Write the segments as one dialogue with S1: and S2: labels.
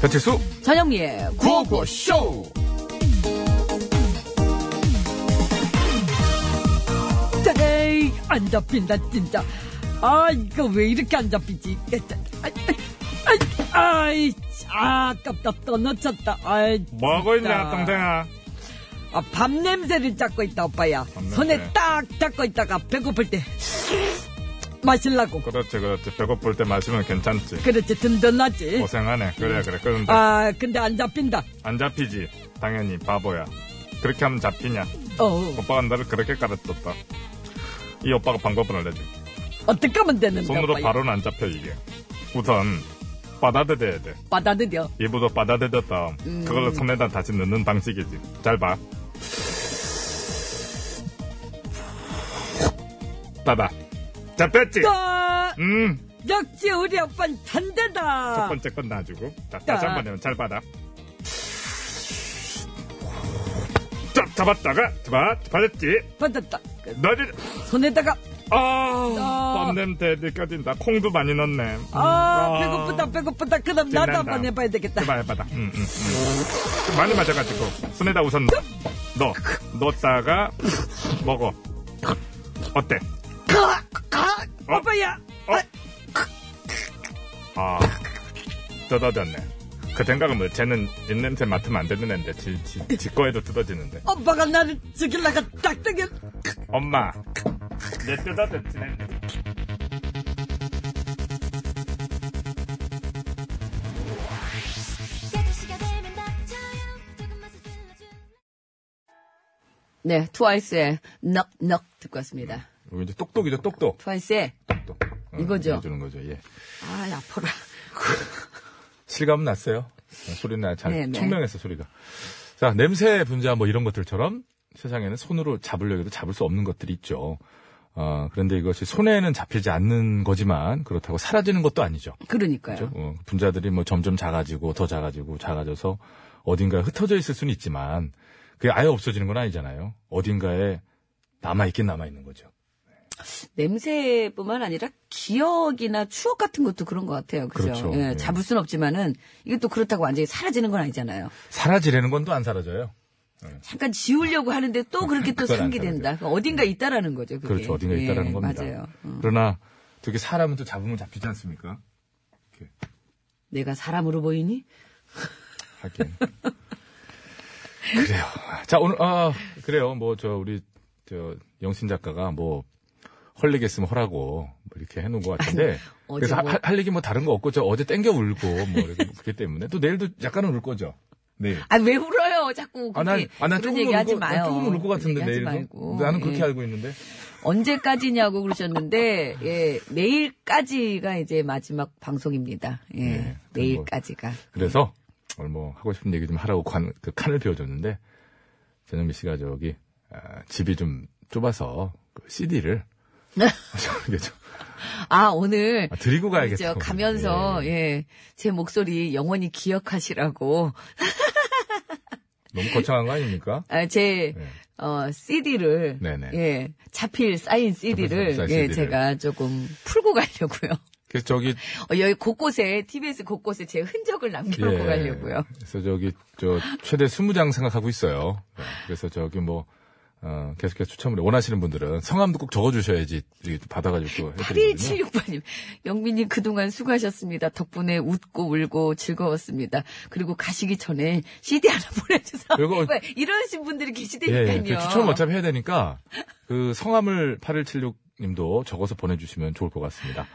S1: 배칠수
S2: 전영미의
S1: 구호구쇼
S2: 구호대이 안 잡힌다 진짜. 아 이거 왜 이렇게 안 잡히지? 아이, 아이, 아이, 아이 아깝다 떠놓쳤다. 아이,
S1: 뭐하고 있냐
S2: 진짜.
S1: 동생아
S2: 아, 밥 냄새를 잡고 있다 오빠야.
S1: 냄새.
S2: 손에 딱 잡고 있다가 배고플 때 마실라고.
S1: 그렇지 그렇지 배고플 때 마시면 괜찮지
S2: 그렇지 든든하지.
S1: 고생하네 그래 그래 그런데
S2: 아 근데 안 잡힌다.
S1: 안 잡히지 당연히 바보야 그렇게 하면 잡히냐
S2: 어
S1: 오빠가 나를 그렇게 가르쳤다 이 오빠가 방법을 알려줄게
S2: 어떻게 하면 되는데
S1: 손으로
S2: 오빠야?
S1: 바로는 안 잡혀 이게 우선 받아들여야 돼
S2: 받아들여.
S1: 입으로 받아들였다
S2: 음.
S1: 그걸로 손에다 다시 넣는 방식이지 잘봐 봐봐 잡혔지?
S2: 아,
S1: 음
S2: 역시 우리 오빠는 단대다.
S1: 첫 번째 건 놔주고 자, 다시
S2: 아. 자.
S1: 한 번 해면 잘 받아 자, 잡았다가 잡아 받았지
S2: 받았다. 그,
S1: 너를
S2: 손에다가
S1: 아
S2: 아.
S1: 땀냄새 느껴진다 콩도 많이 넣네 음,
S2: 아, 배고프다 배고프다 그럼 나도
S1: 빛난다.
S2: 한번 해봐야 되겠다.
S1: 해봐 해봐 음, 음, 음. 많이 맞아가지고 손에다 우선 넣어 넣 넣었다가 먹어 어때?
S2: 아, 아,
S1: 어?
S2: 오빠야.
S1: 어? 아 뜯어졌네 그 생각은 뭐 쟤는 입냄새 맡으면 안 되는 앤데 지, 지, 지 거에도 뜯어지는데
S2: 오빠가 나를 죽일라가 딱딱해.
S1: 엄마 내 뜯어졌지 냄새
S2: 네, 트와이스의 넉넉 듣고 왔습니다.
S1: 이거 이제 똑똑이죠 똑똑
S2: 트와이스의
S1: 똑똑 어,
S2: 이거죠?
S1: 해주는 거죠 예
S2: 아, 아파라.
S3: 실감 났어요. 네, 소리나 잘
S2: 네네.
S3: 청명했어 소리가. 자 냄새 분자 뭐 이런 것들처럼 세상에는 손으로 잡으려고 해도 잡을 수 없는 것들이 있죠. 어, 그런데 이것이 손에는 잡히지 않는 거지만 그렇다고 사라지는 것도 아니죠.
S2: 그러니까요.
S3: 어, 분자들이 뭐 점점 작아지고 더 작아지고 작아져서 어딘가에 흩어져 있을 수는 있지만 그게 아예 없어지는 건 아니잖아요. 어딘가에 남아 있긴 남아 있는 거죠.
S2: 냄새뿐만 아니라 기억이나 추억 같은 것도 그런 것 같아요. 그죠?
S3: 그렇죠.
S2: 예,
S3: 예.
S2: 잡을 순 없지만은 이게 또 그렇다고 완전히 사라지는 건 아니잖아요.
S3: 사라지려는 건 또 안 사라져요.
S2: 잠깐 지우려고 하는데 또 그렇게 또
S3: 그건 안
S2: 삼게 된다. 그러니까 어딘가 있다라는 거죠. 그게.
S3: 그렇죠. 어딘가
S2: 예,
S3: 있다라는 겁니다.
S2: 맞아요. 어.
S3: 그러나 되게 사람은 또 잡으면 잡히지 않습니까?
S2: 내가 사람으로 보이니?
S3: 하긴. 그래요. 자, 오늘, 아, 그래요. 뭐, 저, 우리, 저, 영신 작가가 뭐, 헐리겠으면 허라고, 뭐 이렇게 해놓은 것 같은데.
S2: 어제
S3: 그래서
S2: 뭐-
S3: 할, 할 얘기 뭐 다른 거 없고, 저 어제 땡겨 울고, 뭐, 이렇게 그렇기 때문에. 또 내일도 약간은 울 거죠. 네.
S2: 아, 왜 울어요? 자꾸.
S3: 아, 난,
S2: 그렇게
S3: 아, 난
S2: 뭐 그런
S3: 조금
S2: 얘기 하지
S3: 울고,
S2: 마요.
S3: 난 조금 울것 같은데,
S2: 그런 얘기 하지
S3: 내일도.
S2: 말고.
S3: 나는 그렇게
S2: 예.
S3: 알고 있는데.
S2: 언제까지냐고 그러셨는데, 예, 내일까지가 이제 마지막 방송입니다. 예,
S3: 네,
S2: 내일까지가.
S3: 그래서 오늘 뭐 하고 싶은 얘기 좀 하라고 관, 그 칸을 비워줬는데 전현미 씨가 저기 아, 집이 좀 좁아서 그 CD를
S2: 네. 아, 오늘.
S3: 아, 네. 드리고 가야겠다.
S2: 저 가면서, 예, 제 목소리 영원히 기억하시라고,
S3: 너무 거창한 거 아닙니까?
S2: 아, 제, 어, CD를,
S3: 네. 네네.
S2: 예, 차필 쌓인 CD를,
S3: 쌓인
S2: 예,
S3: CD 를.
S2: 제가 조금 풀고 가려고요.
S3: 그래서 저기
S2: 어, 여기 곳곳에, TBS 곳곳에 제 흔적을 남겨놓고
S3: 예.
S2: 가려고요.
S3: 그래서 저기 저 최대 20장 생각하고 있어요. 예, 그래서 저기 뭐 어, 계속해서 추첨을 원하시는 분들은 성함도 꼭 적어주셔야지 이게 받아가지고 또 해드리거든요.
S2: 8176번님, 영민님 그동안 수고하셨습니다. 덕분에 웃고 울고 즐거웠습니다. 그리고 가시기 전에 CD 하나 보내주세요.
S3: 그리고-
S2: 왜 이러신 분들이
S3: 예,
S2: 계시다니까요.
S3: 예. 그 추첨을 어차피 해야 되니까 그 성함을 8176님도 적어서 보내주시면 좋을 것 같습니다.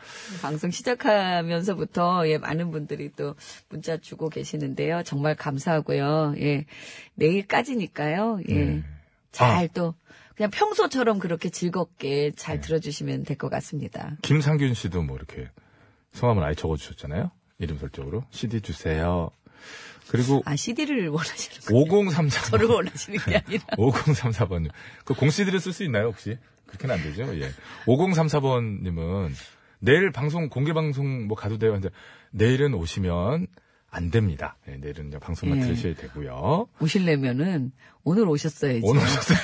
S2: 방송 시작하면서부터 예, 많은 분들이 또 문자 주고 계시는데요. 정말 감사하고요. 예, 내일까지니까요. 예,
S3: 네.
S2: 잘
S3: 아.
S2: 또 그냥 평소처럼 그렇게 즐겁게
S3: 네.
S2: 잘 들어주시면 될 것 같습니다.
S3: 김상균 씨도 뭐 이렇게 성함을 아예 적어주셨잖아요. 이름 설정으로. CD 주세요. 그리고
S2: 아 CD를 원하시는 거
S3: 5034.
S2: 저를 원하시는 게 아니라
S3: 5034번님. 그 공CD를 쓸 수 있나요, 혹시? 그렇게는 안 되죠. 예. 5034번님은 내일 방송, 공개 방송 뭐 가도 돼요. 근데 내일은 오시면 안 됩니다. 예, 내일은 그냥 방송만
S2: 예.
S3: 들으셔야 되고요.
S2: 오실려면은 오늘 오셨어야지.
S3: 오늘 오셨어요.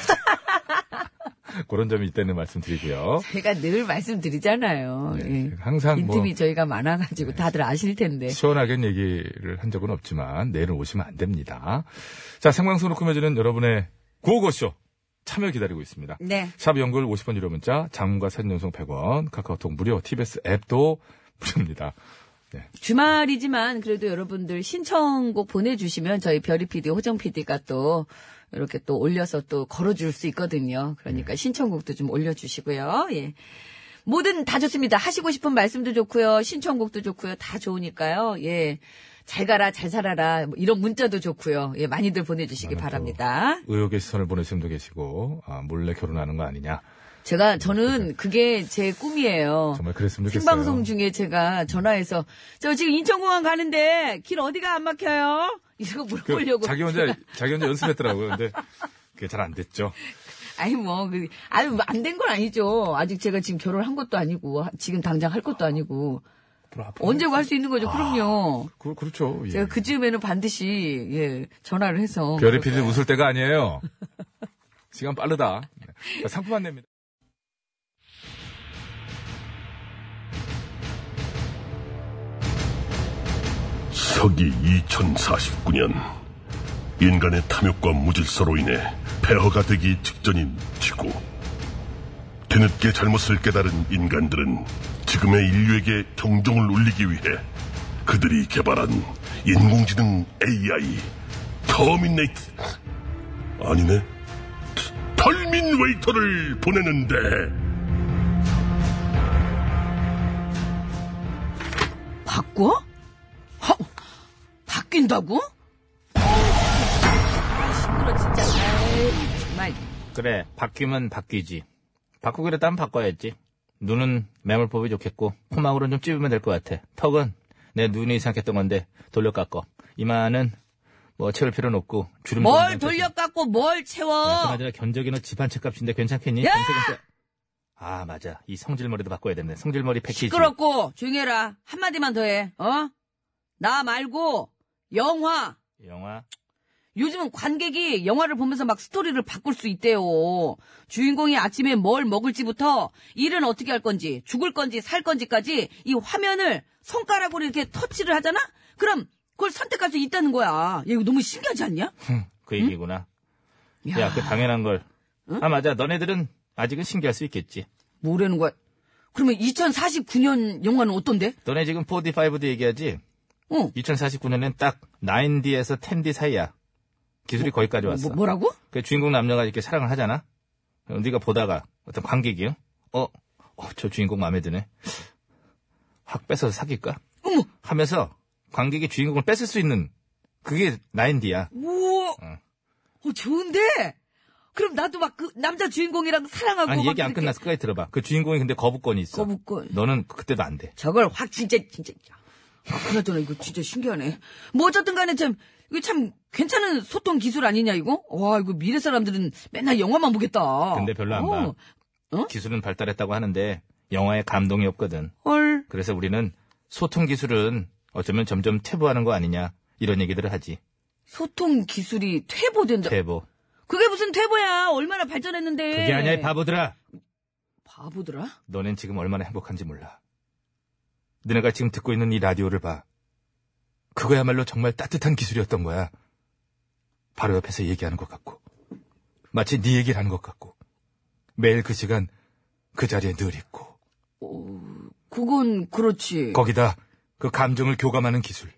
S3: 그런 점이 있다는 말씀 드리고요.
S2: 저희가 늘 말씀드리잖아요.
S3: 네,
S2: 예.
S3: 항상 뭐 네.
S2: 인tim이 예. 저희가 많아가지고 다들 아실 텐데.
S3: 시원하게 얘기를 한 적은 없지만 내일은 오시면 안 됩니다. 자, 생방송으로 꾸며지는 여러분의 구호고쇼 참여 기다리고 있습니다.
S2: 네.
S3: 샵 연글 50원 유료 문자, 장문과 사진 연속 100원, 카카오톡 무료, TBS 앱도 무료입니다. 네,
S2: 주말이지만 그래도 여러분들 신청곡 보내주시면 저희 별이 PD, 호정 PD가 또 이렇게 또 올려서 또 걸어줄 수 있거든요.
S3: 네.
S2: 그러니까 신청곡도 좀 올려주시고요. 예. 뭐든 다 좋습니다. 하시고 싶은 말씀도 좋고요. 신청곡도 좋고요. 다 좋으니까요. 예. 잘 가라, 잘 살아라. 뭐 이런 문자도 좋고요. 예, 많이들 보내주시기
S3: 나는 또
S2: 바랍니다.
S3: 의혹의 시선을 보내시는 분도 계시고, 아, 몰래 결혼하는 거 아니냐.
S2: 제가, 저는 그게 제 꿈이에요.
S3: 네. 정말 그랬으면 좋겠어요.
S2: 생방송 중에 제가 전화해서 저 지금 인천공항 가는데 길 어디가 안 막혀요? 이거
S3: 그
S2: 물어보려고.
S3: 자기 혼자, 자기 혼자 연습했더라고요. 근데 그게 잘 안 됐죠.
S2: 아니 뭐, 그, 아니 안 된 건 아니죠. 아직 제가 지금 결혼한 것도 아니고 하- 지금 당장 할 것도 아니고
S3: 앞으로, 앞으로.
S2: 언제고 할 수 있는 거죠. 그럼요.
S3: 그, 그렇죠. 예.
S2: 제가 그 즈음에는 반드시 예 전화를 해서.
S3: 별의 피디 웃을 때가 아니에요. 시간 빠르다. 네. 상품 안내입니다.
S4: 서기 2049년 인간의 탐욕과 무질서로 인해 폐허가 되기 직전인 지구 뒤늦게 잘못을 깨달은 인간들은 지금의 인류에게 경종을 울리기 위해 그들이 개발한 인공지능 AI 터미네이트 아니네 털민웨이터를 보내는데
S2: 바꿔? 하, 바뀐다고? 아, 시끄러 진짜. 아이, 정말.
S5: 그래, 바뀌면 바뀌지. 바꾸기로 딴 바꿔야지. 눈은 매몰법이 좋겠고, 코막으로는 좀 찝으면 될 것 같아. 턱은 내 눈이 이상했던 건데, 돌려 깎어. 이마는 뭐 채울 필요는 없고, 주름
S2: 뭘 돌려깎고 뭘
S3: 네,
S2: 채워?
S5: 그나저나 견적이는 집 한 채 값인데 괜찮겠니?
S2: 야!
S5: 검색은 빼- 아, 맞아. 이 성질머리도 바꿔야 되네. 성질머리 패키지.
S2: 시끄럽고 조용히 해라. 한마디만 더 해. 어? 나 말고 영화.
S5: 영화.
S2: 요즘은 관객이 영화를 보면서 막 스토리를 바꿀 수 있대요. 주인공이 아침에 뭘 먹을지부터 일은 어떻게 할 건지, 죽을 건지, 살 건지까지 이 화면을 손가락으로 이렇게 터치를 하잖아? 그럼 그걸 선택할 수 있다는 거야. 야, 이거 너무 신기하지 않냐?
S5: 그 얘기구나.
S2: 야,
S5: 야, 그 당연한 걸. 아, 맞아. 너네들은 아직은 신기할 수 있겠지.
S2: 뭐라는 거야? 그러면 2049년 영화는 어떤데?
S5: 너네 지금 4D, 5D 얘기하지?
S2: 어.
S5: 2049년엔 딱 9D에서 10D 사이야. 기술이 거기까지 왔어.
S2: 뭐, 라고
S5: 그 주인공 남녀가 이렇게 사랑을 하잖아. 그럼 네가 보다가 어떤 관객이요. 어, 어, 저 주인공 마음에 드네. 확 뺏어서 사귈까?
S2: 어머!
S5: 하면서 관객이 주인공을 뺏을 수 있는 그게 9D야.
S2: 뭐 우와! 어, 좋은데? 그럼 나도 막 그 남자 주인공이랑 사랑하고
S5: 아니
S2: 막
S5: 얘기 안
S2: 이렇게
S5: 끝났어. 끝까지 들어봐. 그 주인공이 근데 거부권이 있어.
S2: 거부권.
S5: 너는 그때도 안 돼.
S2: 저걸 확 진짜 진짜 아, 그나저나 이거 진짜 신기하네. 뭐 어쨌든 간에 참 이거 참 괜찮은 소통 기술 아니냐 이거? 와 이거 미래 사람들은 맨날 영화만 보겠다.
S5: 근데 별로 안
S2: 어,
S5: 봐. 기술은 발달했다고 하는데 영화에 감동이 없거든.
S2: 헐.
S5: 그래서 우리는 소통 기술은 어쩌면 점점 퇴보하는 거 아니냐 이런 얘기들을 하지.
S2: 소통 기술이 퇴보된다.
S5: 퇴보.
S2: 그게 무슨 퇴보야? 얼마나 발전했는데?
S5: 그게 아니야 이 바보들아.
S2: 바보들아?
S5: 너넨 지금 얼마나 행복한지 몰라. 너네가 지금 듣고 있는 이 라디오를 봐. 그거야말로 정말 따뜻한 기술이었던 거야. 바로 옆에서 얘기하는 것 같고 마치 네 얘기를 하는 것 같고 매일 그 시간 그 자리에 늘 있고
S2: 그건 그렇지.
S5: 거기다 그 감정을 교감하는 기술.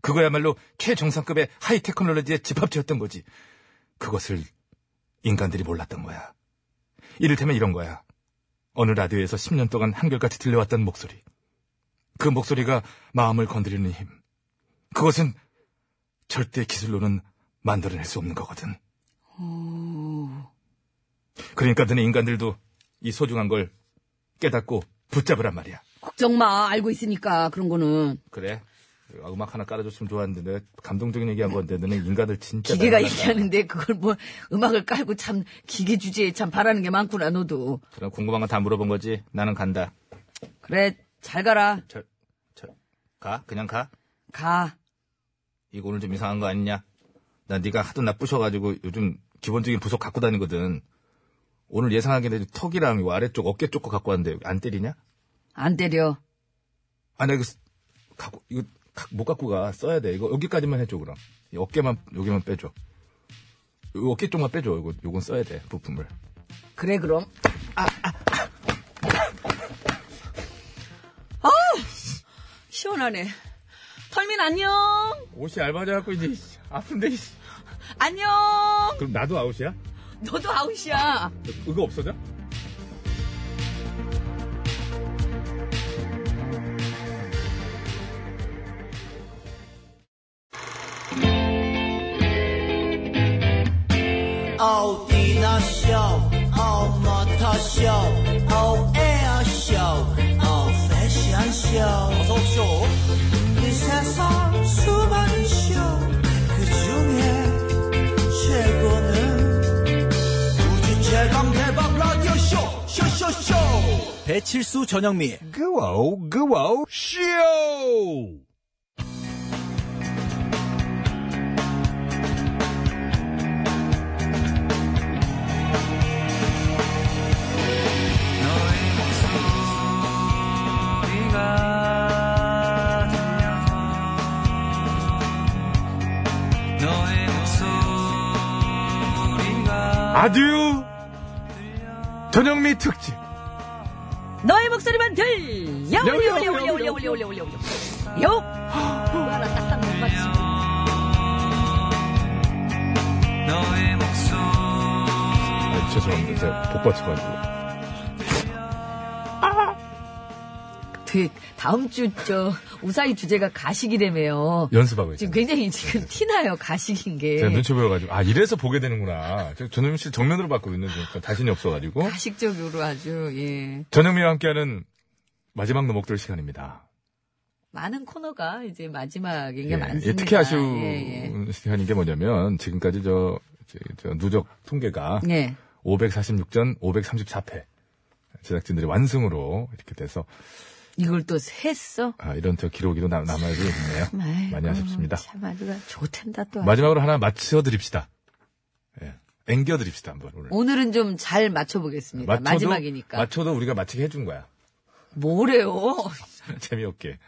S5: 그거야말로 최정상급의 하이 테크놀로지의 집합체였던 거지. 그것을 인간들이 몰랐던 거야. 이를테면 이런 거야. 어느 라디오에서 10년 동안 한결같이 들려왔던 목소리. 그 목소리가 마음을 건드리는 힘. 그것은 절대 기술로는 만들어낼 수 없는 거거든.
S2: 어,
S5: 그러니까 너네 인간들도 이 소중한 걸 깨닫고 붙잡으란 말이야.
S2: 걱정 마. 알고 있으니까 그런 거는
S5: 그래. 아, 음악 하나 깔아줬으면 좋았는데 내가 감동적인 얘기한 건데 너네 인간을 진짜
S2: 기계가
S5: 닮았다.
S2: 얘기하는데 그걸 뭐 음악을 깔고 참 기계 주제에 참 바라는 게 많구나 너도.
S5: 그럼 궁금한 거 다 물어본 거지 나는 간다
S2: 그래 잘 가라.
S5: 가 그냥 가
S2: 가.
S5: 이거 오늘 좀 이상한 거 아니냐 나 네가 하도 나쁘셔가지고 요즘 기본적인 부속 갖고 다니거든 오늘 예상하기는 턱이랑 요 아래쪽 어깨 쪽 거 갖고 왔는데 안 때리냐?
S2: 안 때려.
S5: 아, 나 이거, 쓰- 갖고, 이거, 가- 못 갖고 가. 써야 돼. 이거 여기까지만 해줘, 그럼. 이 어깨만, 여기만 빼줘. 요 어깨 쪽만 빼줘. 요거, 요건 써야 돼, 부품을.
S2: 그래 그럼. 아, 아, 아. 아, 시원하네. 털민 안녕.
S5: 옷이 알바져갖고, 이제, 씨, 아픈데, 씨.
S2: 안녕.
S5: 그럼 나도 아웃이야?
S2: 너도 아웃이야.
S5: 그거 없어져?
S6: 어디나 쇼, 어머터 쇼, Oh, 어에어 쇼, 어 패션 쇼. 어서 쇼. 이 세상 수많은 쇼, 그 중에 최고는 우주 최강 대박 라디오 쇼, 쇼쇼쇼. 배칠수 전영미.
S5: 그와우, 그와우, 쇼!
S3: 아듀! 전영미 특집!
S2: 너의 목소리만 들려 올려 올려 올려 올려 올려 올려 올려 올려 요 하나 딱딱 못 맞추고
S3: 아, 죄송합니다. 제가 복 받쳐가지고.
S2: 되게 그 다음 주 저 우사히 주제가 가식이라며요
S3: 연습하고 있어요.
S2: 지금 굉장히 지금 티나요 가식인 게
S3: 제가 눈치 보여가지고, 아, 이래서 보게 되는구나. 제가 전영미 씨 정면으로 봤거든요. 그러니까 자신이 없어가지고.
S2: 가식적으로 아주 예
S3: 전영미와 함께하는 마지막 너목들 시간입니다.
S2: 많은 코너가 이제 마지막인 게
S3: 예,
S2: 많습니다
S3: 예, 특히 아쉬운
S2: 예,
S3: 시간인 게 뭐냐면, 지금까지 저, 저- 저 누적 통계가
S2: 예. 예.
S3: 546전 534패. 제작진들이 완승으로 이렇게 돼서,
S2: 이걸 또 했어
S3: 아, 이런 저 기록이로 남, 아있네요
S2: 아이고,
S3: 많이 아쉽습니다.
S2: 참 아주 좋텐다 또
S3: 마지막으로 하나 맞춰드립시다. 예. 앵겨드립시다, 한번 오늘.
S2: 오늘은 좀 잘 맞춰보겠습니다
S3: 맞춰도-
S2: 마지막이니까
S3: 맞춰도 우리가 맞히게 해준 거야.
S2: 뭐래요
S3: 재미없게.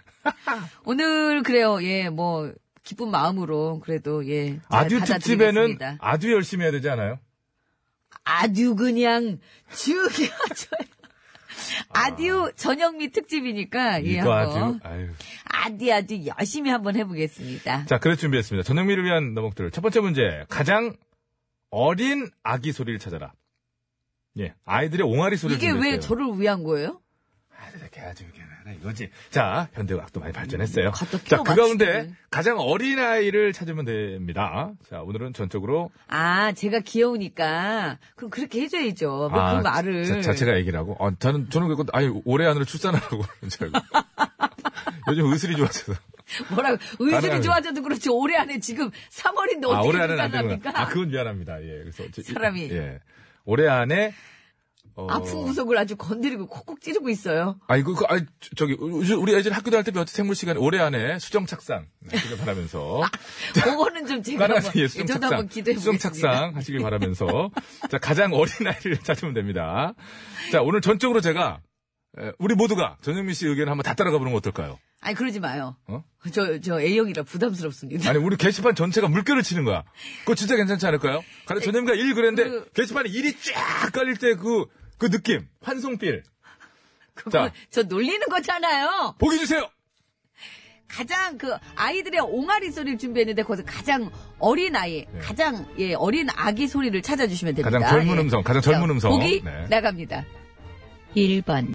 S2: 오늘 그래요. 예, 뭐 기쁜 마음으로 그래도 예. 잘
S3: 아듀 특집에는
S2: 받아들이겠습니다.
S3: 아듀 열심히 해야 되지 않아요?
S2: 아듀 그냥 죽여줘요. 아듀 전영미 특집이니까 예
S3: 이거 아주,
S2: 한번
S3: 아유.
S2: 아디 아디 열심히 한번 해보겠습니다.
S3: 자, 그래서 준비했습니다. 전영미를 위한 너목들. 첫 번째 문제. 가장 어린 아기 소리를 찾아라. 예. 아이들의 옹알이 소리를
S2: 이게 왜
S3: 준비했어요.
S2: 저를 위한 거예요?
S3: 이렇게 아주 이렇게 하나 이거지. 자, 현대 음악도 많이 발전했어요.
S2: 갖다
S3: 자,
S2: 끼워
S3: 그 가운데
S2: 맞추기는.
S3: 가장 어린 아이를 찾으면 됩니다. 자, 오늘은 전적으로
S2: 아, 제가 귀여우니까 그럼 그렇게 해줘야죠. 왜 그 말을
S3: 아, 자, 자체가 얘기를 하고. 아, 저는, 저는 그거, 아니, 올해 안으로 출산하라고 그러는 줄 알고. 요즘 의술이 좋아져서.
S2: 뭐라고 의술이
S3: 가능하면.
S2: 좋아져도 그렇지 올해 안에 지금 3월인데
S3: 아,
S2: 어떻게
S3: 올해 안에는 안 되구나.
S2: 출산합니까?
S3: 아, 그건 미안합니다. 예, 그래서. 저-
S2: 사람이.
S3: 예. 올해 안에. 어,
S2: 아픈 구석을 아주 건드리고 콕콕 찌르고 있어요.
S3: 아, 이거, 그, 아 저기, 우리 우리 애들 학교 다닐 때 면접 생물 시간에 올해 안에 수정 착상. 그걸 바라면서.
S2: 아, 그거는 좀 제가
S3: 가능한
S2: 한번,
S3: 예,
S2: 예, 저도
S3: 수정 착상.
S2: 한번 기대해
S3: 수정
S2: 보겠습니다.
S3: 착상 하시길 바라면서. 자, 가장 어린 아이를 찾으면 됩니다. 자, 오늘 전적으로 제가, 에, 우리 모두가 전영민 씨 의견을 한번 다 따라가 보는 건 어떨까요?
S2: 아니 그러지 마요.
S3: 어?
S2: 저, 저 A형이라 부담스럽습니다.
S3: 아니 우리 게시판 전체가 물결을 치는 거야. 그거 진짜 괜찮지 않을까요? 가령 전염가 1 그랬는데
S2: 그-
S3: 게시판에 1이 쫙 깔릴 때 그 그 느낌 환송필
S2: 그거
S3: 자.
S2: 저 놀리는 거잖아요.
S3: 보기 주세요.
S2: 가장 그 아이들의 옹알이 소리를 준비했는데 거기서 가장 어린 아이, 가장 예 어린 아기 소리를 찾아주시면 됩니다.
S3: 네. 가장 젊은
S2: 예.
S3: 음성, 가장 젊은
S2: 자,
S3: 음성.
S2: 보기
S3: 네.
S2: 나갑니다. 1번.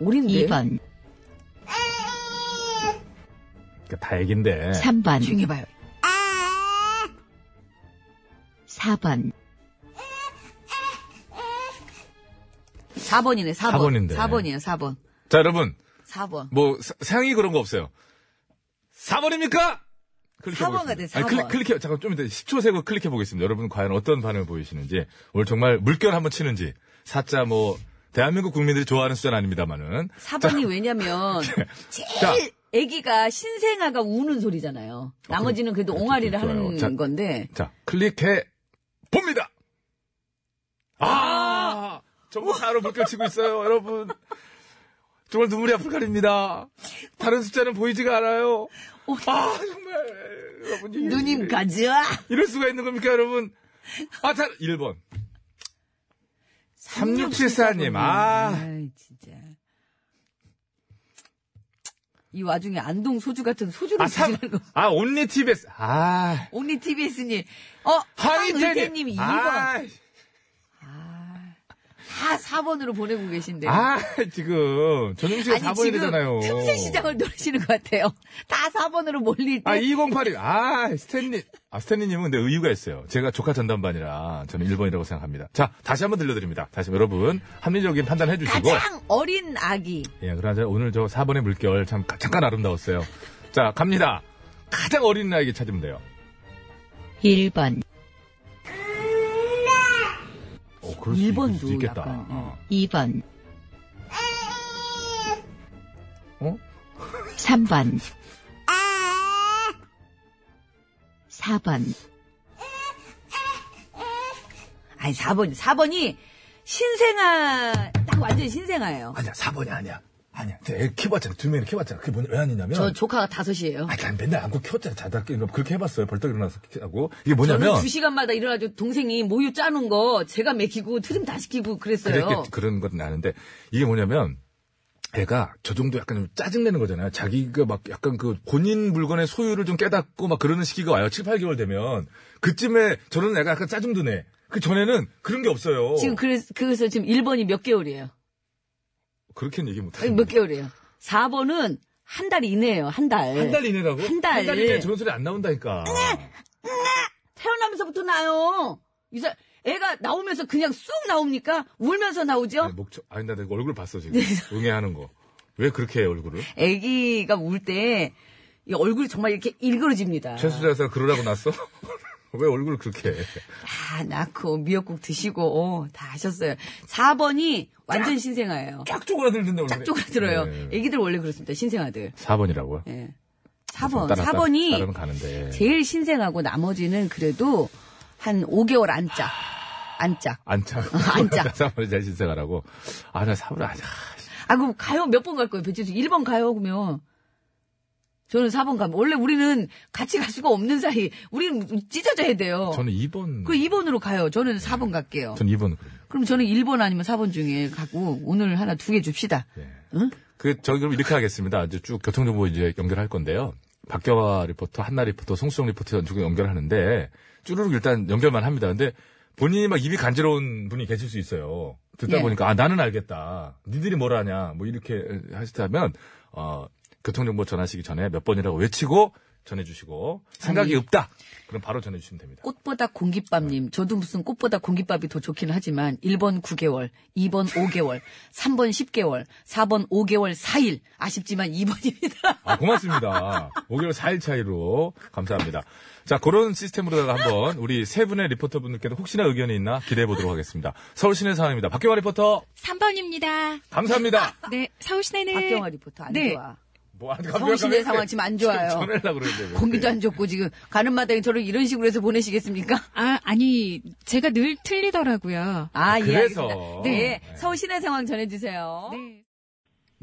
S2: 오린데
S7: 2번,
S3: 그러니까 다 얘긴데
S7: 3번,
S2: 조용히 봐요.
S7: 4번,
S2: 4번이네, 4번.
S3: 사번인데.
S2: 4번이에요, 4번.
S3: 자 여러분
S2: 4번.
S3: 뭐 사- 상이 그런 거 없어요. 4번입니까? 클릭해
S2: 사번
S3: 보겠습니다.
S2: 같아요, 사번.
S3: 아니, 클릭, 클릭해 잠깐 좀 이따 10초 세고 클릭해 보겠습니다. 여러분 과연 어떤 반응을 보이시는지 오늘 정말 물결 한번 치는지 사자 뭐 대한민국 국민들이 좋아하는 수단 아닙니다만은
S2: 4번이 왜냐면
S3: 자,
S2: 제일 아기가 신생아가 우는 소리잖아요. 나머지는 그래도 옹알이를
S3: 좋아요.
S2: 하는
S3: 자,
S2: 건데.
S3: 자, 클릭해 봅니다. 아! 정말 바로 결치고 있어요, 여러분. 정말 눈물이 앞을 가립니다. 다른 숫자는 보이지가 않아요. 아, 정말. 여러분, 이게-
S2: 어, 누님 가지와
S3: 이럴 수가 있는 겁니까, 여러분? 아, 자, 1번. 3674님, 아.
S2: 아이, 진짜. 이 와중에 안동 소주 같은 소주를
S3: 아, 3.
S2: 드시는 거.
S3: 아, 온리 TBS. 아.
S2: 온리 TBS님. 어, 황의태님 2번.
S3: 아,
S2: 다 4번으로 보내고 계신데요.
S3: 아, 지금. 전용식 4번이
S2: 지금
S3: 되잖아요.
S2: 틈새 시장을 노리시는 것 같아요. 다 4번으로 몰릴 때.
S3: 아, 2081. 아, 스탠리. 아, 스탠리님은 근데 의유가 있어요. 제가 조카 전담반이라 저는 1번이라고 생각합니다. 자, 다시 한번 들려드립니다. 다시 여러분, 합리적인 판단 해주시고.
S2: 가장 어린 아기.
S3: 예, 그러자 오늘 저 4번의 물결 참, 가- 잠깐 아름다웠어요. 자, 갑니다. 가장 어린 나이에 찾으면 돼요.
S7: 1번,
S3: 어, 그럴 수 있-
S2: 일본도
S3: 있을 수 있겠다.
S2: 약간,
S3: 어.
S7: 2번,
S3: 어?
S7: 3번, 4번,
S2: 아니, 4번. 4번이 신생아, 딱 완전 신생아예요.
S5: 아니야, 4번이 아니야. 아니야. 애 키워봤잖아. 두 명이 키워봤잖아. 그게 뭔- 왜 아니냐면.
S2: 저 조카가 다섯이에요.
S5: 아, 난 맨날 안고 키웠잖아. 자다 깨 그렇게 해봤어요. 벌떡 일어나서 하고. 이게
S2: 저는
S5: 뭐냐면.
S2: 2시간마다 일어나서 동생이 모유 짜는 거 제가 먹이고 트림 다 시키고 그랬어요.
S5: 그랬겠- 그런 건 아는데. 이게 뭐냐면. 애가 저 정도 약간 좀 짜증내는 거잖아요. 자기가 막 약간 그 본인 물건의 소유를 좀 깨닫고 막 그러는 시기가 와요. 7, 8개월 되면. 그쯤에 저는 애가 약간 짜증도 내. 그 전에는 그런 게 없어요.
S2: 지금 그래서, 그래서 지금 1번이 몇 개월이에요?
S5: 그렇게는 얘기
S2: 아니, 뭐
S5: 못하죠.
S2: 몇 개월이에요? 4번은 한 달 이내예요. 한 달.
S5: 한 달 이내라고?
S2: 한 달. 네.
S5: 한 달 이내 저런 소리 안 나온다니까.
S2: 태어나면서부터 나요. 이제 애가 나오면서 그냥 쑥 나옵니까? 울면서 나오죠?
S3: 네.
S5: 아니, 네, 목적, 아니, 나 내가 얼굴 봤어,
S2: 네.
S5: 지금. 응애하는 거. 왜 그렇게 해, 얼굴을?
S2: 아. 애기가 울 때 얼굴이 정말 이렇게 일그러집니다.
S5: 최수자 여사 그러라고 났어? 왜 얼굴을 그렇게 해?
S2: 다 아, 낳고 미역국 드시고 오, 다 하셨어요. 4번이 완전 신생아예요.
S5: 쫙 쪼그라들던데, 원래.
S2: 짝 쪼그라들어요.
S5: 네.
S2: 애기들 원래 그렇습니다. 신생아들.
S3: 4번이라고요?
S2: 예. 4번.
S3: 아, 따라- 따라-
S2: 4번이
S3: 따르면 가는데.
S2: 제일 신생하고 나머지는 그래도 한 5개월 안 짝. 안 짝.
S3: 안 차.
S2: 안 차.
S3: 4번이 잘 신생아라고. 아, 나 4번을 아직.
S2: 아, 그럼 가요 몇 번 갈 거예요? 배치수 1번 가요, 그러면. 저는 4번 가면. 원래 우리는 같이 갈 수가 없는 사이. 우리는 찢어져야 돼요.
S3: 저는 2번.
S2: 그 2번으로 가요. 저는 4번 갈게요.
S3: 전 2번. 그래요.
S2: 그럼 저는 1번 아니면 4번 중에 가고 오늘 하나 두 개 줍시다.
S3: 그, 저희 그럼 이렇게 하겠습니다. 이제 쭉 교통정보 이제 연결할 건데요. 박경화 리포터, 한나 리포터, 송수정 리포터 연중 연결하는데, 쭈루룩 일단 연결만 합니다. 근데 본인이 막 입이 간지러운 분이 계실 수 있어요. 듣다
S2: 예.
S3: 보니까, 아, 나는 알겠다. 니들이 뭘 아냐. 뭐 이렇게 하시다면, 어, 교통정보 전하시기 전에 몇 번이라고 외치고 전해주시고, 생각이 없다. 그럼 바로 전해주시면 됩니다.
S2: 꽃보다 공깃밥님. 저도 무슨 꽃보다 공깃밥이 더 좋긴 하지만 1번 9개월, 2번 5개월, 3번 10개월, 4번 5개월 4일. 아쉽지만 2번입니다.
S3: 아, 고맙습니다. 5개월 4일 차이로 감사합니다. 자, 그런 시스템으로다가 한번 우리 세 분의 리포터 분들께도 혹시나 의견이 있나 기대해 보도록 하겠습니다. 서울 시내 상황입니다. 박경화 리포터
S8: 3번입니다.
S3: 감사합니다.
S8: 네, 서울시내는
S2: 박경화 리포터 안
S8: 네.
S2: 좋아.
S3: 뭐 아주
S2: 서울 시내 상황 지금 안 좋아요.
S3: 전화하려고 그러는데. 왜
S2: 공기도
S3: 그래.
S2: 안 좋고 지금 가는 마당에 저를 이런 식으로 해서 보내시겠습니까?
S8: 아, 아니, 제가 늘 틀리더라고요.
S2: 아, 예.
S3: 그래서.
S2: 알겠습니다. 네. 서울 시내 상황 전해주세요.
S8: 네.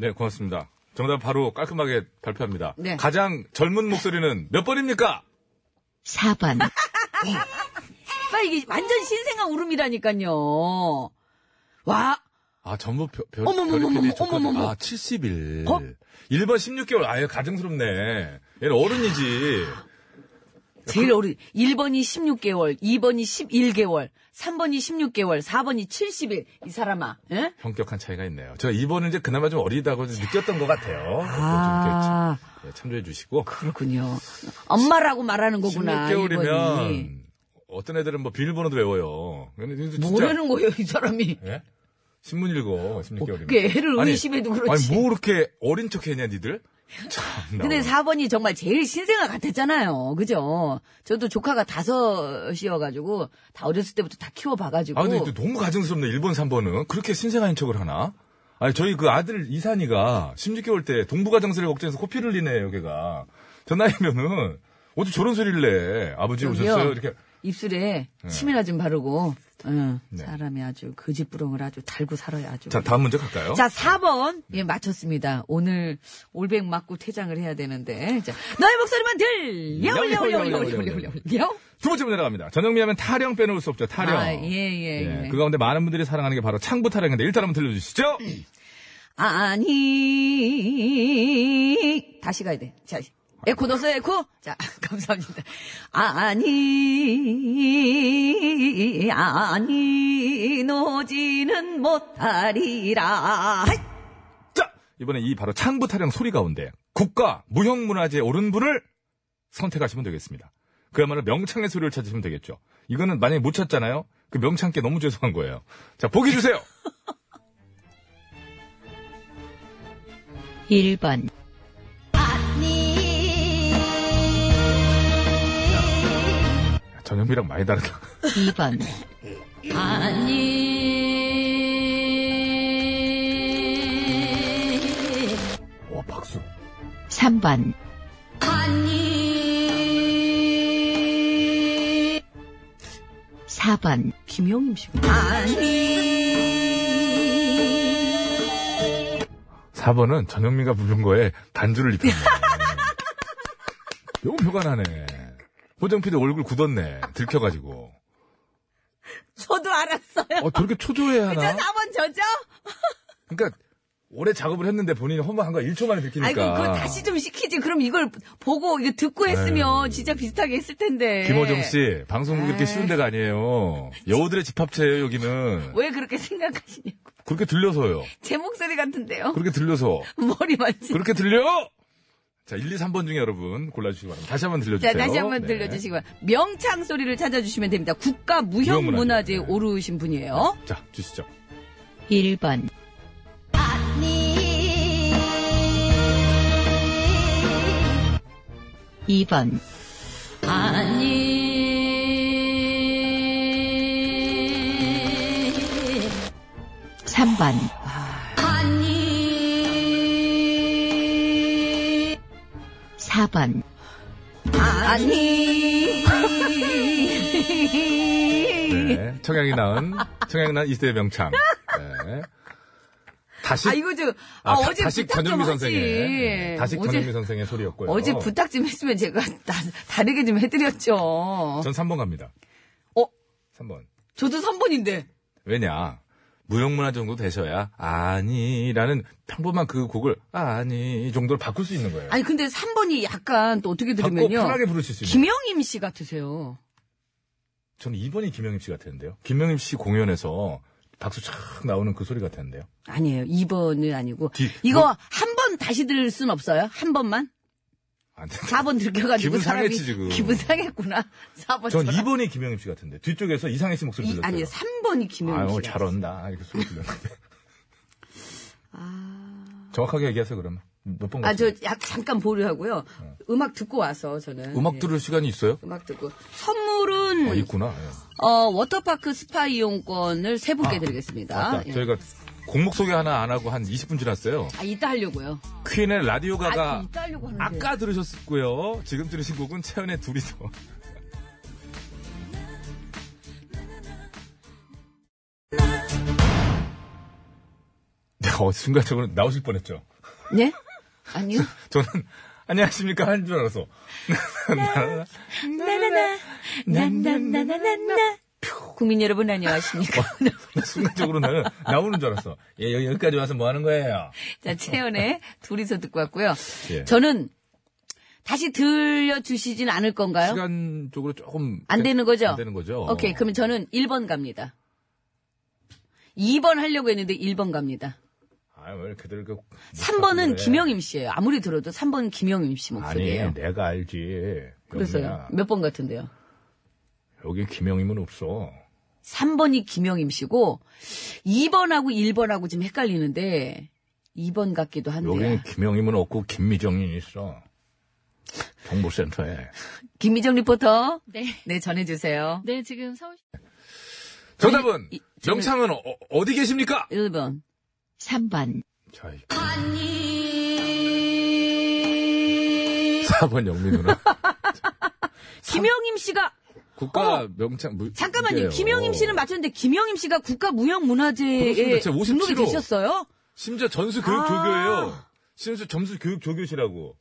S3: 네, 고맙습니다. 정답 바로 깔끔하게 발표합니다.
S2: 네.
S3: 가장 젊은 목소리는 몇 번입니까?
S7: 4번,
S2: 오빠, 아, 이게 완전 신생아 울음이라니까요. 와,
S3: 아, 전부 별, 별,
S2: 어머머머머,
S3: 별이 조건,
S2: 어머머머.
S3: 아, 70일.
S2: 어?
S3: 1번 16개월. 아유, 가증스럽네. 얘는 어른이지.
S2: 제일 어린, 1번이 16개월, 2번이 11개월, 3번이 16개월, 4번이 70일. 이 사람아, 예?
S3: 현격한 차이가 있네요. 저 이번은 이제 그나마 좀 어리다고 좀 느꼈던 것 같아요.
S2: 아.
S3: 좀 이렇게 참- 예, 참조해 주시고.
S2: 그렇군요. 엄마라고 말하는 거구나. 1번이.
S3: 16개월이면 어떤 애들은 뭐 비밀번호도 외워요. 근데 진짜
S2: 뭐라는 거예요, 이 사람이.
S3: 예? 신문 읽어. 16개월이면.
S2: 어떻게 애를 의심해도
S3: 아니
S2: 그렇지.
S3: 뭐 그렇게 어린 척했냐 니들? 참.
S2: 근데
S3: 근데
S2: 4번이 정말 제일 신생아 같았잖아요. 그죠? 저도 조카가 다섯이어가지고, 다 어렸을 때부터 다 키워봐가지고.
S3: 아 근데 또 너무 가증스럽네. 1번 3번은 그렇게 신생아인 척을 하나? 아니 저희 그 아들 이산이가 16개월 때 동부가정세를 걱정해서 코피를 흘리네요, 걔가. 저 나이면은 어떻게 저런 소리를 내? 아버지
S2: 그럼요.
S3: 오셨어요? 이렇게 네.
S2: 입술에 침이나 좀 바르고, 응. 사람이 아주 거짓부렁을 아주 달고 살아야 아주.
S3: 자 다음 문제 갈까요?
S2: 자, 4번. 예, 맞췄습니다. 오늘 올백 맞고 퇴장을 해야 되는데. 자, 너의 목소리만 들려! 올려, 올려, 올려, 올려, 올려, 올려, 올려.
S3: 두 번째 문제 나갑니다. 전영미 하면 타령 빼놓을 수 없죠. 타령.
S2: 아, 예, 예, 예.
S3: 그 가운데 많은 분들이 사랑하는 게 바로 창부 타령인데 일단 한번 들려주시죠.
S2: 아니 다시 가야 돼. 자 에코 넣었어요 에코. 자 감사합니다. 아니 아니 노지는 못하리라. 하이!
S3: 자 이번에 이 바로 창부 타령 소리 가운데 국가 무형문화재 옳은 분을 선택하시면 되겠습니다. 그야말로 명창의 소리를 찾으시면 되겠죠. 이거는 만약에 못 찾잖아요. 그 명창께 너무 죄송한 거예요. 자 보기 주세요.
S7: 1번,
S3: 야, 전영미랑 많이 다르다.
S7: 2번,
S3: 와 박수.
S7: 3번,
S2: 아니
S7: 4번,
S2: 김영임 씨구나. 아니
S3: 4번은 전영미가 부른 거에 반주를 입혀. 너무 표가나네. 호정 PD 얼굴 굳었네. 들켜가지고.
S2: 저도 알았어요.
S3: 어, 저렇게 초조해
S2: 그죠?
S3: 하나?
S2: 4번 저죠?
S3: 그러니까 오래 작업을 했는데 본인이 험한 거 1초 만에 들키니까.
S2: 아이고, 그거 다시 좀 시키지. 그럼 이걸 보고, 이거 듣고 했으면 진짜 비슷하게 했을 텐데.
S3: 김호정 씨, 방송국
S2: 네.
S3: 이렇게 쉬운 데가 아니에요. 여우들의 집합체예요, 여기는.
S2: 왜 그렇게 생각하시냐고.
S3: 그렇게 들려서요.
S2: 제 목소리 같은데요?
S3: 그렇게 들려서.
S2: 머리 만지.
S3: 그렇게 들려! 자, 1, 2, 3번 중에 여러분 골라주시기 바랍니다. 다시 한번 들려주세요.
S2: 자, 다시 한번
S3: 네.
S2: 들려주시기 바랍니다. 명창 소리를 찾아주시면 됩니다. 국가
S3: 무형문화재.
S2: 무형문화재에 오르신 분이에요.
S3: 자, 주시죠.
S7: 1번, 이 2번,
S2: 아니.
S7: 3번,
S2: 아니.
S7: 4번,
S2: 아니.
S3: 네. 청양이 나은, 청양이 나은 이세의 명창. 네. 다시.
S2: 아, 이거 저,
S3: 아,
S2: 아,
S3: 다-
S2: 어제
S3: 다시
S2: 부탁 좀
S3: 전현미 선생의.
S2: 하지.
S3: 네, 다시 전현미
S2: 어제,
S3: 선생의 소리였고요.
S2: 어제 부탁 좀 했으면 제가 다, 다르게 좀 해드렸죠.
S3: 전 3번 갑니다.
S2: 어?
S3: 3번.
S2: 저도 3번인데.
S3: 왜냐? 무형문화 정도 되셔야 아니라는 평범한 그 곡을 아니 정도로 바꿀 수 있는 거예요.
S2: 아니, 근데 3번이 약간 또 어떻게
S3: 바꿔
S2: 들으면요.
S3: 편하게 부르실 수 있는.
S2: 김영임 씨 같으세요.
S3: 저는 2번이 김영임 씨 같았는데요. 김영임 씨 공연에서 박수 착 나오는 그 소리 같았는데요.
S2: 아니에요. 2번은 아니고.
S3: 뒤-
S2: 이거 한 번 다시 들을 순 없어요? 한 번만?
S3: 안 돼.
S2: 4번 들켜가지고.
S3: 기분
S2: 사람이
S3: 상했지, 지금.
S2: 기분 상했구나. 4번.
S3: 전 2번이 김영임 씨 같은데 뒤쪽에서 이상해 씨 목소리 들렸어요.
S2: 아니, 3번이 김영임
S3: 아유,
S2: 씨.
S3: 잘 온다. 이렇게 소리 들렸는데. 정확하게 얘기하세요, 그러면. 몇 번
S2: 아, 저,
S3: 갔어요? 어.
S2: 약, 잠깐 보류하고요. 음악 듣고 와서, 저는.
S3: 음악
S2: 예.
S3: 들을 시간이 있어요?
S2: 음악 듣고. 선물은,
S3: 아, 있구나. 예.
S2: 어, 워터파크 스파 이용권을 세 분께 드리겠습니다.
S3: 아, 맞다.
S2: 예.
S3: 저희가 공목 소개 하나 안 하고 한 20분 지났어요.
S2: 아, 이따 하려고요.
S3: 퀸의
S2: 아,
S3: 라디오가가
S2: 이따 하려고 하는데.
S3: 아까 들으셨고요. 지금 들으신 곡은 채연의 둘이서. 어, 순간적으로 나오실 뻔했죠.
S2: 네? 아니요.
S3: 저는 안녕하십니까 하는 줄 알아서.
S2: 나나나, 나나나나나나. 국민 여러분 안녕하십니까?
S3: 순간적으로 나는 나오는 줄 알았어. 예, 여기, 여기까지 와서 뭐 하는 거예요?
S2: 자, 채연의 둘이서 듣고 왔고요.
S3: 예.
S2: 저는 다시 들려주시진 않을 건가요?
S3: 시간 쪽으로 조금
S2: 안 되는 거죠?
S3: 안 되는 거죠.
S2: 오케이, 그러면 저는 1번 갑니다. 2번 하려고 했는데 1번 갑니다.
S3: 아유, 왜 그들 그
S2: 3번은
S3: 그래.
S2: 김영임 씨예요. 아무리 들어도 3번은 김영임 씨
S3: 아니,
S2: 목소리예요.
S3: 내가 알지.
S2: 그래서요.
S3: 영미야.
S2: 몇 번 같은데요?
S3: 여기 김영임은 없어.
S2: 3번이 김영임 씨고 2번하고 1번하고 지금 헷갈리는데 2번 같기도 한데
S3: 여기는 김영임은 없고 김미정이 있어. 정보센터에.
S2: 김미정 리포터
S8: 네.
S2: 네 전해주세요.
S8: 네, 지금 서울.
S3: 정답은
S2: 이- 저는-
S3: 명창은 어, 디 계십니까?
S2: 1번
S7: 3번,
S3: 자, 이거. 4번 영미 누나.
S2: 김영임 씨가
S3: 국가 명창 무,
S2: 잠깐만요.
S3: 무대예요.
S2: 김영임 씨는 맞췄는데 김영임 씨가
S3: 그렇습니다.
S2: 국가무형문화재에
S3: 제가 57호.
S2: 등록이 되셨어요?
S3: 심지어 전수 교육
S2: 아.
S3: 조교예요. 심지어 점수 교육 조교시라고.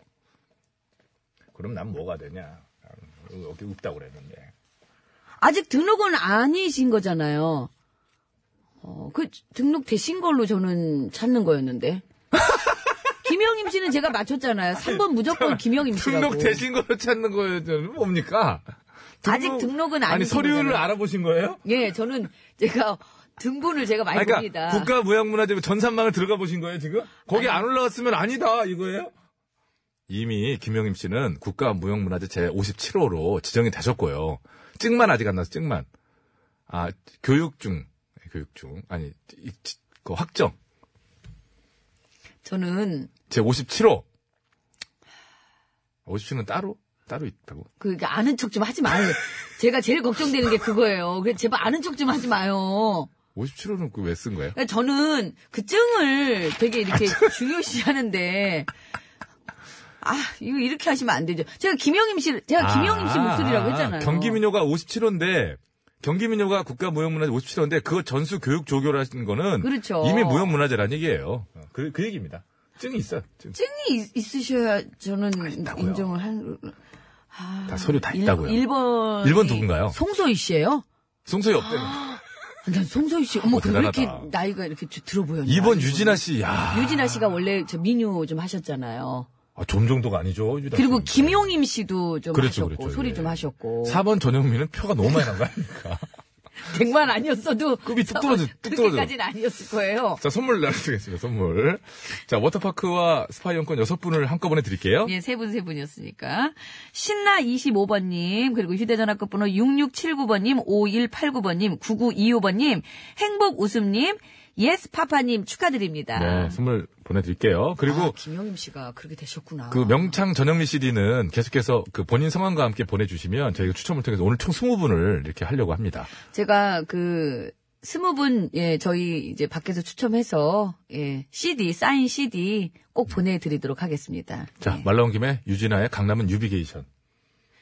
S3: 그럼 난 뭐가 되냐? 여기 없다고 그랬는데.
S2: 아직 등록은 아니신 거잖아요. 어, 그 등록 되신 걸로 저는 찾는 거였는데. 김영임 씨는 제가 맞췄잖아요. 3번 무조건 김영임 씨라고.
S3: 등록 되신 걸로 찾는 거예요. 저는 뭡니까?
S2: 아직 등록은
S3: 아니
S2: 아니신
S3: 서류를
S2: 거잖아요.
S3: 알아보신 거예요?
S2: 예, 저는 제가 등본을 제가 많이
S3: 아니, 그러니까
S2: 봅니다.
S3: 국가 무형문화재 전산망을 들어가 보신 거예요 지금? 거기 안 올라왔으면 아니다 이거예요? 이미 김영임 씨는 국가 무형문화재 제 57호로 지정이 되셨고요. 찍만 아직 안 나서 찍만. 아 교육 중 교육 중 아니 이- 지- 그 확정
S2: 저는
S3: 제 57호. 57호는 따로 따로 있다고.
S2: 그 아는 척 좀 하지 마요. 제가 제일 걱정되는 게 그거예요. 그래서 제발 아는 척 좀 하지 마요.
S3: 57호는 그 왜 쓴 거예요?
S2: 그러니까 저는 그 증을 되게 이렇게 중요시 하는데, 아, 이거 이렇게 하시면 안 되죠. 제가 김영임 씨, 제가 김영임 씨
S3: 아,
S2: 목소리라고
S3: 아,
S2: 했잖아요.
S3: 경기민요가 57호인데 경기민요가 국가무형문화재 57호인데 그거 전수 교육 조교라는 거는
S2: 그렇죠.
S3: 이미 무형문화재란 얘기예요. 어, 그, 그 얘기입니다. 증이 있어. 증.
S2: 증이 있- 있으셔야 저는 인정을 한,
S3: 아, 다 서류 다 있다고요.
S2: 1번.
S3: 일본 누군가요?
S2: 송소희 씨예요
S3: 송소희 없대요.
S2: 아. 난 송소희 씨, 어머,
S3: 어,
S2: 근데 왜 이렇게
S3: 대단하다.
S2: 나이가 이렇게 들어 보였나?
S3: 2번 유진아 씨. 야.
S2: 유진아 씨가 원래 저 민요 좀 하셨잖아요.
S3: 아, 좀 정도가 아니죠. 유진아
S2: 그리고
S3: 씨는.
S2: 김용임 씨도 좀
S3: 그렇죠,
S2: 하셨고
S3: 그렇죠,
S2: 소리
S3: 예.
S2: 좀 하셨고
S3: 4번 전영민은 표가 너무 많이 난 거 아닙니까?
S2: 100만 아니었어도
S3: 급이 뚝 떨어져, 뚝 떨어져.
S2: 그렇게까지는 아니었을 거예요.
S3: 자, 선물 나눠드리겠습니다, 선물. 자, 워터파크와 스파이용권 6분을 한꺼번에 드릴게요.
S2: 예, 세 분, 세 분이었으니까. 신나25번님, 그리고 휴대전화 끝번호 6679번님, 5189번님, 9925번님, 행복웃음님, 예스파파님 축하드립니다.
S3: 네, 선물 보내드릴게요. 그리고
S2: 아, 김영임 씨가 그렇게 되셨구나.
S3: 그 명창 전영미 CD는 계속해서 그 본인 성함과 함께 보내주시면 저희가 추첨을 통해서 오늘 총 20분을 이렇게 하려고 합니다.
S2: 제가 그 스무 분, 예, 저희 이제 밖에서 추첨해서, 예, CD, 사인 CD 꼭 보내드리도록 하겠습니다.
S3: 자,
S2: 예.
S3: 말 나온 김에 유진아의 강남은 유비게이션.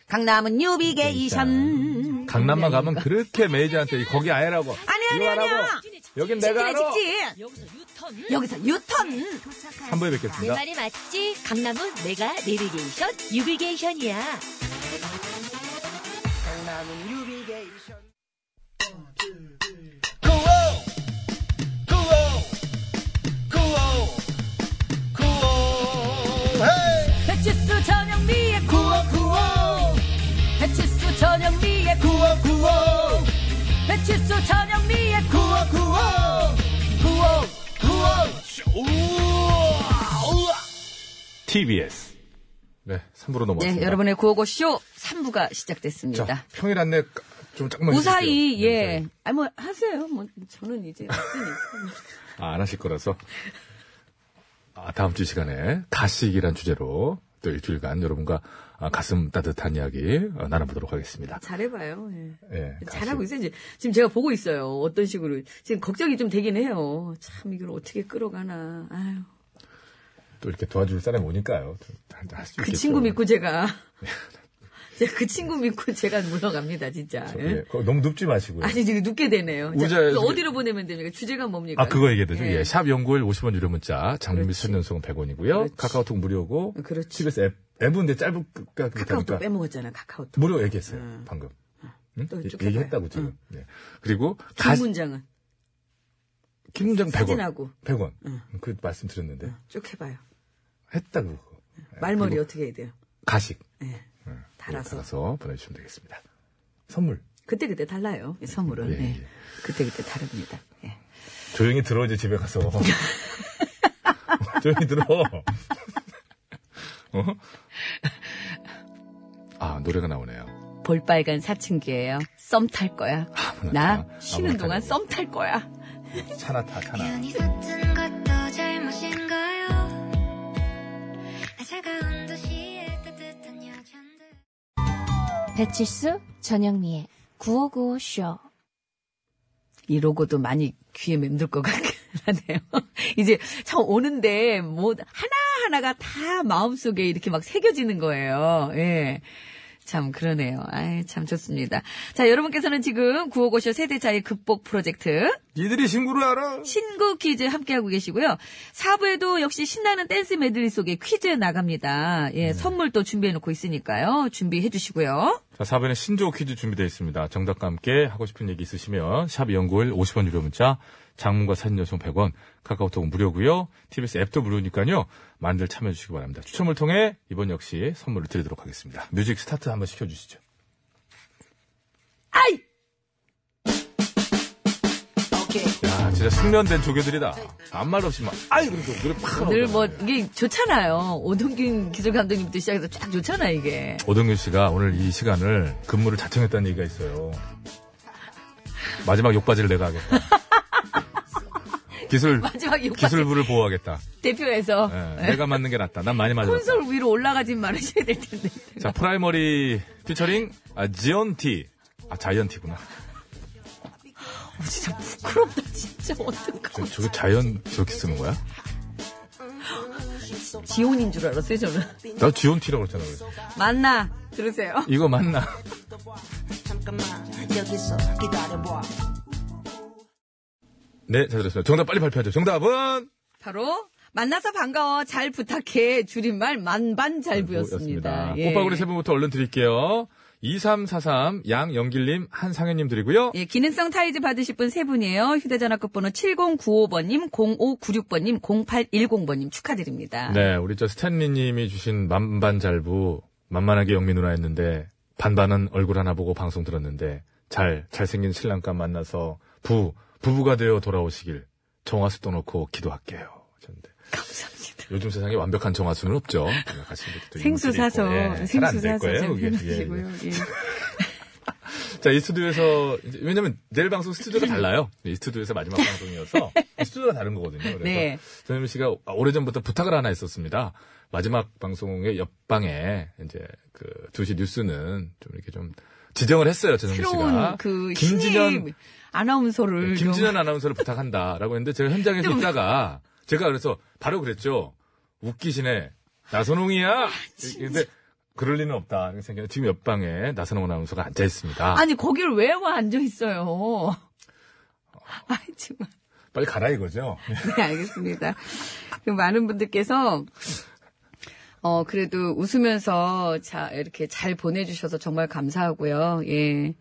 S2: 강남은 뉴비게이션.
S3: 강남만 가면 그렇게 메이저한테 이 거기 아예라고.
S2: 네. 아니, 아니,
S3: 이거 하라고.
S2: 아니야.
S3: 여긴 내가 알아.
S2: 여기서 유턴!
S3: 3부에 뵙겠습니다.
S2: 네.
S9: 말이 맞지? 강남은 내가 내비게이션, 유비게이션이야.
S2: 배치수 전영미의 구호 구호 배치수 전영미의 구호 구호 배치수 전영미의 구호
S1: TBS.
S3: 네, 3부로 넘어왔습니다.
S2: 네, 여러분의 구호고쇼 3부가 시작됐습니다.
S3: 자, 평일 안내 좀 조금만 해주실게요.
S2: 무사히
S3: 네,
S2: 예. 아니 뭐 하세요. 뭐 저는 이제 없으니까.
S3: 아, 안 하실 거라서. 아, 다음 주 시간에 가식이란 주제로 또 일주일간 여러분과 아, 가슴 따뜻한 이야기 어, 나눠보도록 하겠습니다.
S2: 잘해봐요. 예.
S3: 예,
S2: 잘하고
S3: 가식.
S2: 있어요. 이제 지금 제가 보고 있어요. 어떤 식으로 지금 걱정이 좀 되긴 해요. 참 이걸 어떻게 끌어가나. 아유.
S3: 또 이렇게 도와줄 사람이 오니까요. 또 다- 다할수
S2: 그
S3: 있겠죠.
S2: 친구 믿고 제가
S3: 네.
S2: 제가 그 친구 믿고 제가 물러갑니다 진짜.
S3: 저,
S2: 예?
S3: 예, 그거 너무 눕지 마시고요.
S2: 아니, 지금 눕게 되네요. 자,
S3: 의자에
S2: 그
S3: 저기-
S2: 어디로 보내면 됩니까? 주제가 뭡니까?
S3: 아, 그거 얘기해야죠. 예, 샵 연구일 50원 유료 문자, 장미 천연송은 100원이고요.
S2: 그렇지.
S3: 카카오톡 무료고,
S2: 그렇지.
S3: TBS 앱, 앱은 근데 짧은, 그니까, 그러니까
S2: 카카오톡 빼먹었잖아, 카카오톡.
S3: 무료 얘기했어요, 방금. 응?
S2: 어, 또
S3: 얘-
S2: 쭉
S3: 얘기했다고
S2: 해봐요.
S3: 지금. 예. 그리고, 가,
S2: 긴 문장은
S3: 김장 100원.
S2: 사진하고.
S3: 100원. 그 말씀 드렸는데.
S2: 쭉 해봐요.
S3: 했다고. 그거. 예,
S2: 말머리
S3: 그리고
S2: 어떻게 해야 돼요?
S3: 가식.
S2: 예. 달아서.
S3: 알아서 보내주시면 되겠습니다. 선물.
S2: 그때그때 달라요, 이 선물은.
S3: 예,
S2: 예.
S3: 예.
S2: 그때그때 다릅니다. 예.
S3: 조용히 들어, 이제 집에 가서. 조용히 들어. 어? 아, 노래가 나오네요.
S2: 볼빨간 사춘기예요. 썸 탈 거야.
S3: 아무나
S2: 나
S3: 타,
S2: 쉬는
S3: 아무나
S2: 동안
S3: 타고.
S2: 썸 탈 거야.
S3: 차나 타, 차나.
S10: 괜히 섰던 것도 잘못인가요? 아 차가운 도시의 따뜻한 여잔들
S9: 배칠수, 전영미의 9595쇼.
S2: 이 로고도 많이 귀에 맴돌 것 같아. 라네요. 이제 저 오는데 뭐 하나하나가 다 마음속에 이렇게 막 새겨지는 거예요. 예. 참 그러네요. 아이 참 좋습니다. 자, 여러분께서는 지금 구호고쇼 세대차의 극복 프로젝트
S3: 니들이 신구를 알아?
S2: 신구 퀴즈 함께하고 계시고요. 4부에도 역시 신나는 댄스 메들리 속에 퀴즈 나갑니다. 예, 선물 또 준비해놓고 있으니까요. 준비해 주시고요.
S3: 자, 4번에 신조 퀴즈 준비되어 있습니다. 정답과 함께 하고 싶은 얘기 있으시면 샵 연구일 50원 유료 문자, 장문과 사진 여성 100원, 카카오톡 무료고요. TBS 앱도 무료니까요. 많이들 참여해 주시기 바랍니다. 추첨을 통해 이번 역시 선물을 드리도록 하겠습니다. 뮤직 스타트 한번 시켜 주시죠.
S2: 아이!
S3: 야, 진짜 숙련된 조교들이다. 아무 말 없이 막 아이 그래서 노래 팍
S2: 늘
S3: 나오잖아요.
S2: 뭐, 이게 좋잖아요. 오동균 기술 감독님부터 시작해서 쫙 좋잖아요, 이게.
S3: 오동균 씨가 오늘 이 시간을 근무를 자청했다는 얘기가 있어요. 마지막 욕받이를 내가 하겠다. 기술
S2: 마지막 욕받이.
S3: 기술부를 보호하겠다.
S2: 대표에서.
S3: 예, 내가 맞는 게 낫다. 난 많이 맞았다.
S2: 콘솔 위로 올라가진 말으셔야 될 텐데.
S3: 자, 프라이머리 피처링 아, 지언티. 아, 자이언티구나.
S2: 어, 진짜 부끄럽다, 진짜. 어떡하
S3: 저게 자이언 저렇게 쓰는 거야?
S2: 지온인 줄 알았어요, 저는.
S3: 나 지언티라고 그랬잖아. 그래서.
S2: 만나. 들으세요.
S3: 이거 맞나? 네, 잘 들었습니다. 정답 빨리 발표하죠. 정답은
S2: 바로, 만나서 반가워. 잘 부탁해. 줄임말 만반잘부였습니다. 예.
S3: 꽃바구니 세 분부터 얼른 드릴게요. 2343 양영길님 한상현님 드리고요.
S2: 예, 기능성 타이즈 받으실 분 세 분이에요. 휴대전화 끝번호 7095번님, 0596번님, 0810번님 축하드립니다.
S3: 네, 우리 저 스탠리님이 주신 만반잘부 만만하게 영미 누나 했는데 반반은 얼굴 하나 보고 방송 들었는데 잘 잘생긴 신랑감 만나서 부 부부가 되어 돌아오시길 정화수도 놓고 기도할게요. 하셨는데
S2: 감사합니다.
S3: 요즘 세상에 완벽한 정화수는 없죠. 완벽하신 분들도 있고,
S2: 생수 사서,
S3: 예, 잘안
S2: 생수
S3: 될
S2: 사서
S3: 거예요,
S2: 좀
S3: 그게. 예, 예.
S2: 해놓으시고요. 예.
S3: 자, 이 스튜디오에서, 이제- 왜냐면 내일 방송 스튜디오가 달라요. 이 스튜디오에서 마지막 방송이어서 스튜디오가 다른 거거든요. 그래서
S2: 네.
S3: 전현미 씨가 아, 오래전부터 부탁을 하나 했었습니다. 마지막 방송의 옆방에 이제 그 2시 뉴스는 좀 이렇게 좀 지정을 했어요. 전현미 씨가.
S2: 새로운 그
S3: 김진현,
S2: 신입 아나운서를 좀
S3: 예, 김진현 아나운서를 부탁한다라고 했는데 제가 현장에서 있다가 제가 그래서 바로 그랬죠. 웃기시네.
S2: 아,
S3: 나선홍이야. 근데 그럴 리는 없다. 이렇게 생각해요. 지금 옆방에 나선홍 아나운서가 앉아 있습니다.
S2: 아니 거길 왜 와 앉아 있어요? 아 정말.
S3: 빨리 가라 이거죠.
S2: 네, 알겠습니다. 그 많은 분들께서 어 그래도 웃으면서 자 이렇게 잘 보내주셔서 정말 감사하고요. 예.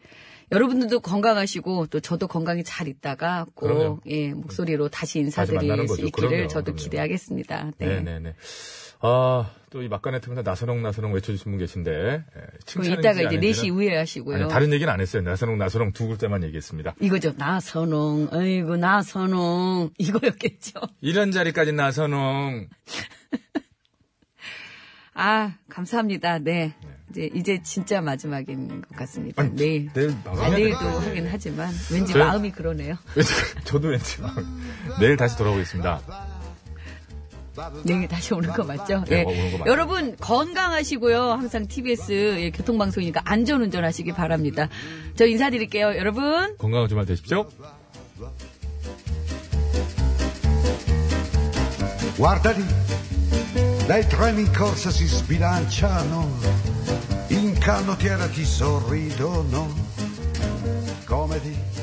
S2: 여러분들도 건강하시고 또 저도 건강히 잘 있다가
S3: 그럼요.
S2: 꼭 예, 목소리로 다시
S3: 다시 만나는
S2: 인사드릴 수
S3: 거죠.
S2: 있기를
S3: 그럼요,
S2: 저도
S3: 그럼요.
S2: 기대하겠습니다. 네.
S3: 네네네. 아, 또 이 막간에 틀면서 나선홍, 나선홍 외쳐주신 분 계신데, 예,
S2: 그
S3: 칭찬인지
S2: 이따가 이제
S3: 아닌지는-
S2: 4시 이후에 하시고요.
S3: 아니, 다른 얘기는 안 했어요. 나선홍, 나선홍 두 글자만 얘기했습니다.
S2: 이거죠. 나선홍, 아이고, 나선홍. 이거였겠죠.
S3: 이런 자리까지 나선홍.
S2: 아, 감사합니다. 네. 이제, 이제 진짜 마지막인 것 같습니다. 내일.
S3: 내일
S2: 아,
S3: 방송해야
S2: 내일도
S3: 되는데.
S2: 하긴 하지만 왠지
S3: 저요?
S2: 마음이 그러네요.
S3: 왠지, 저도 왠지 막, 내일 다시 돌아오겠습니다.
S2: 내일 다시 오는 거 맞죠?
S3: 네,
S2: 예.
S3: 오는 거 맞아요.
S2: 여러분 건강하시고요. 항상 TBS 예, 교통방송이니까 안전운전 하시기 바랍니다. 저 인사드릴게요. 여러분.
S3: 건강한 주말 되십시오.
S11: Guarda lì, dai treni in corsa si sbilanciano, in canottiera ti sorridono, come di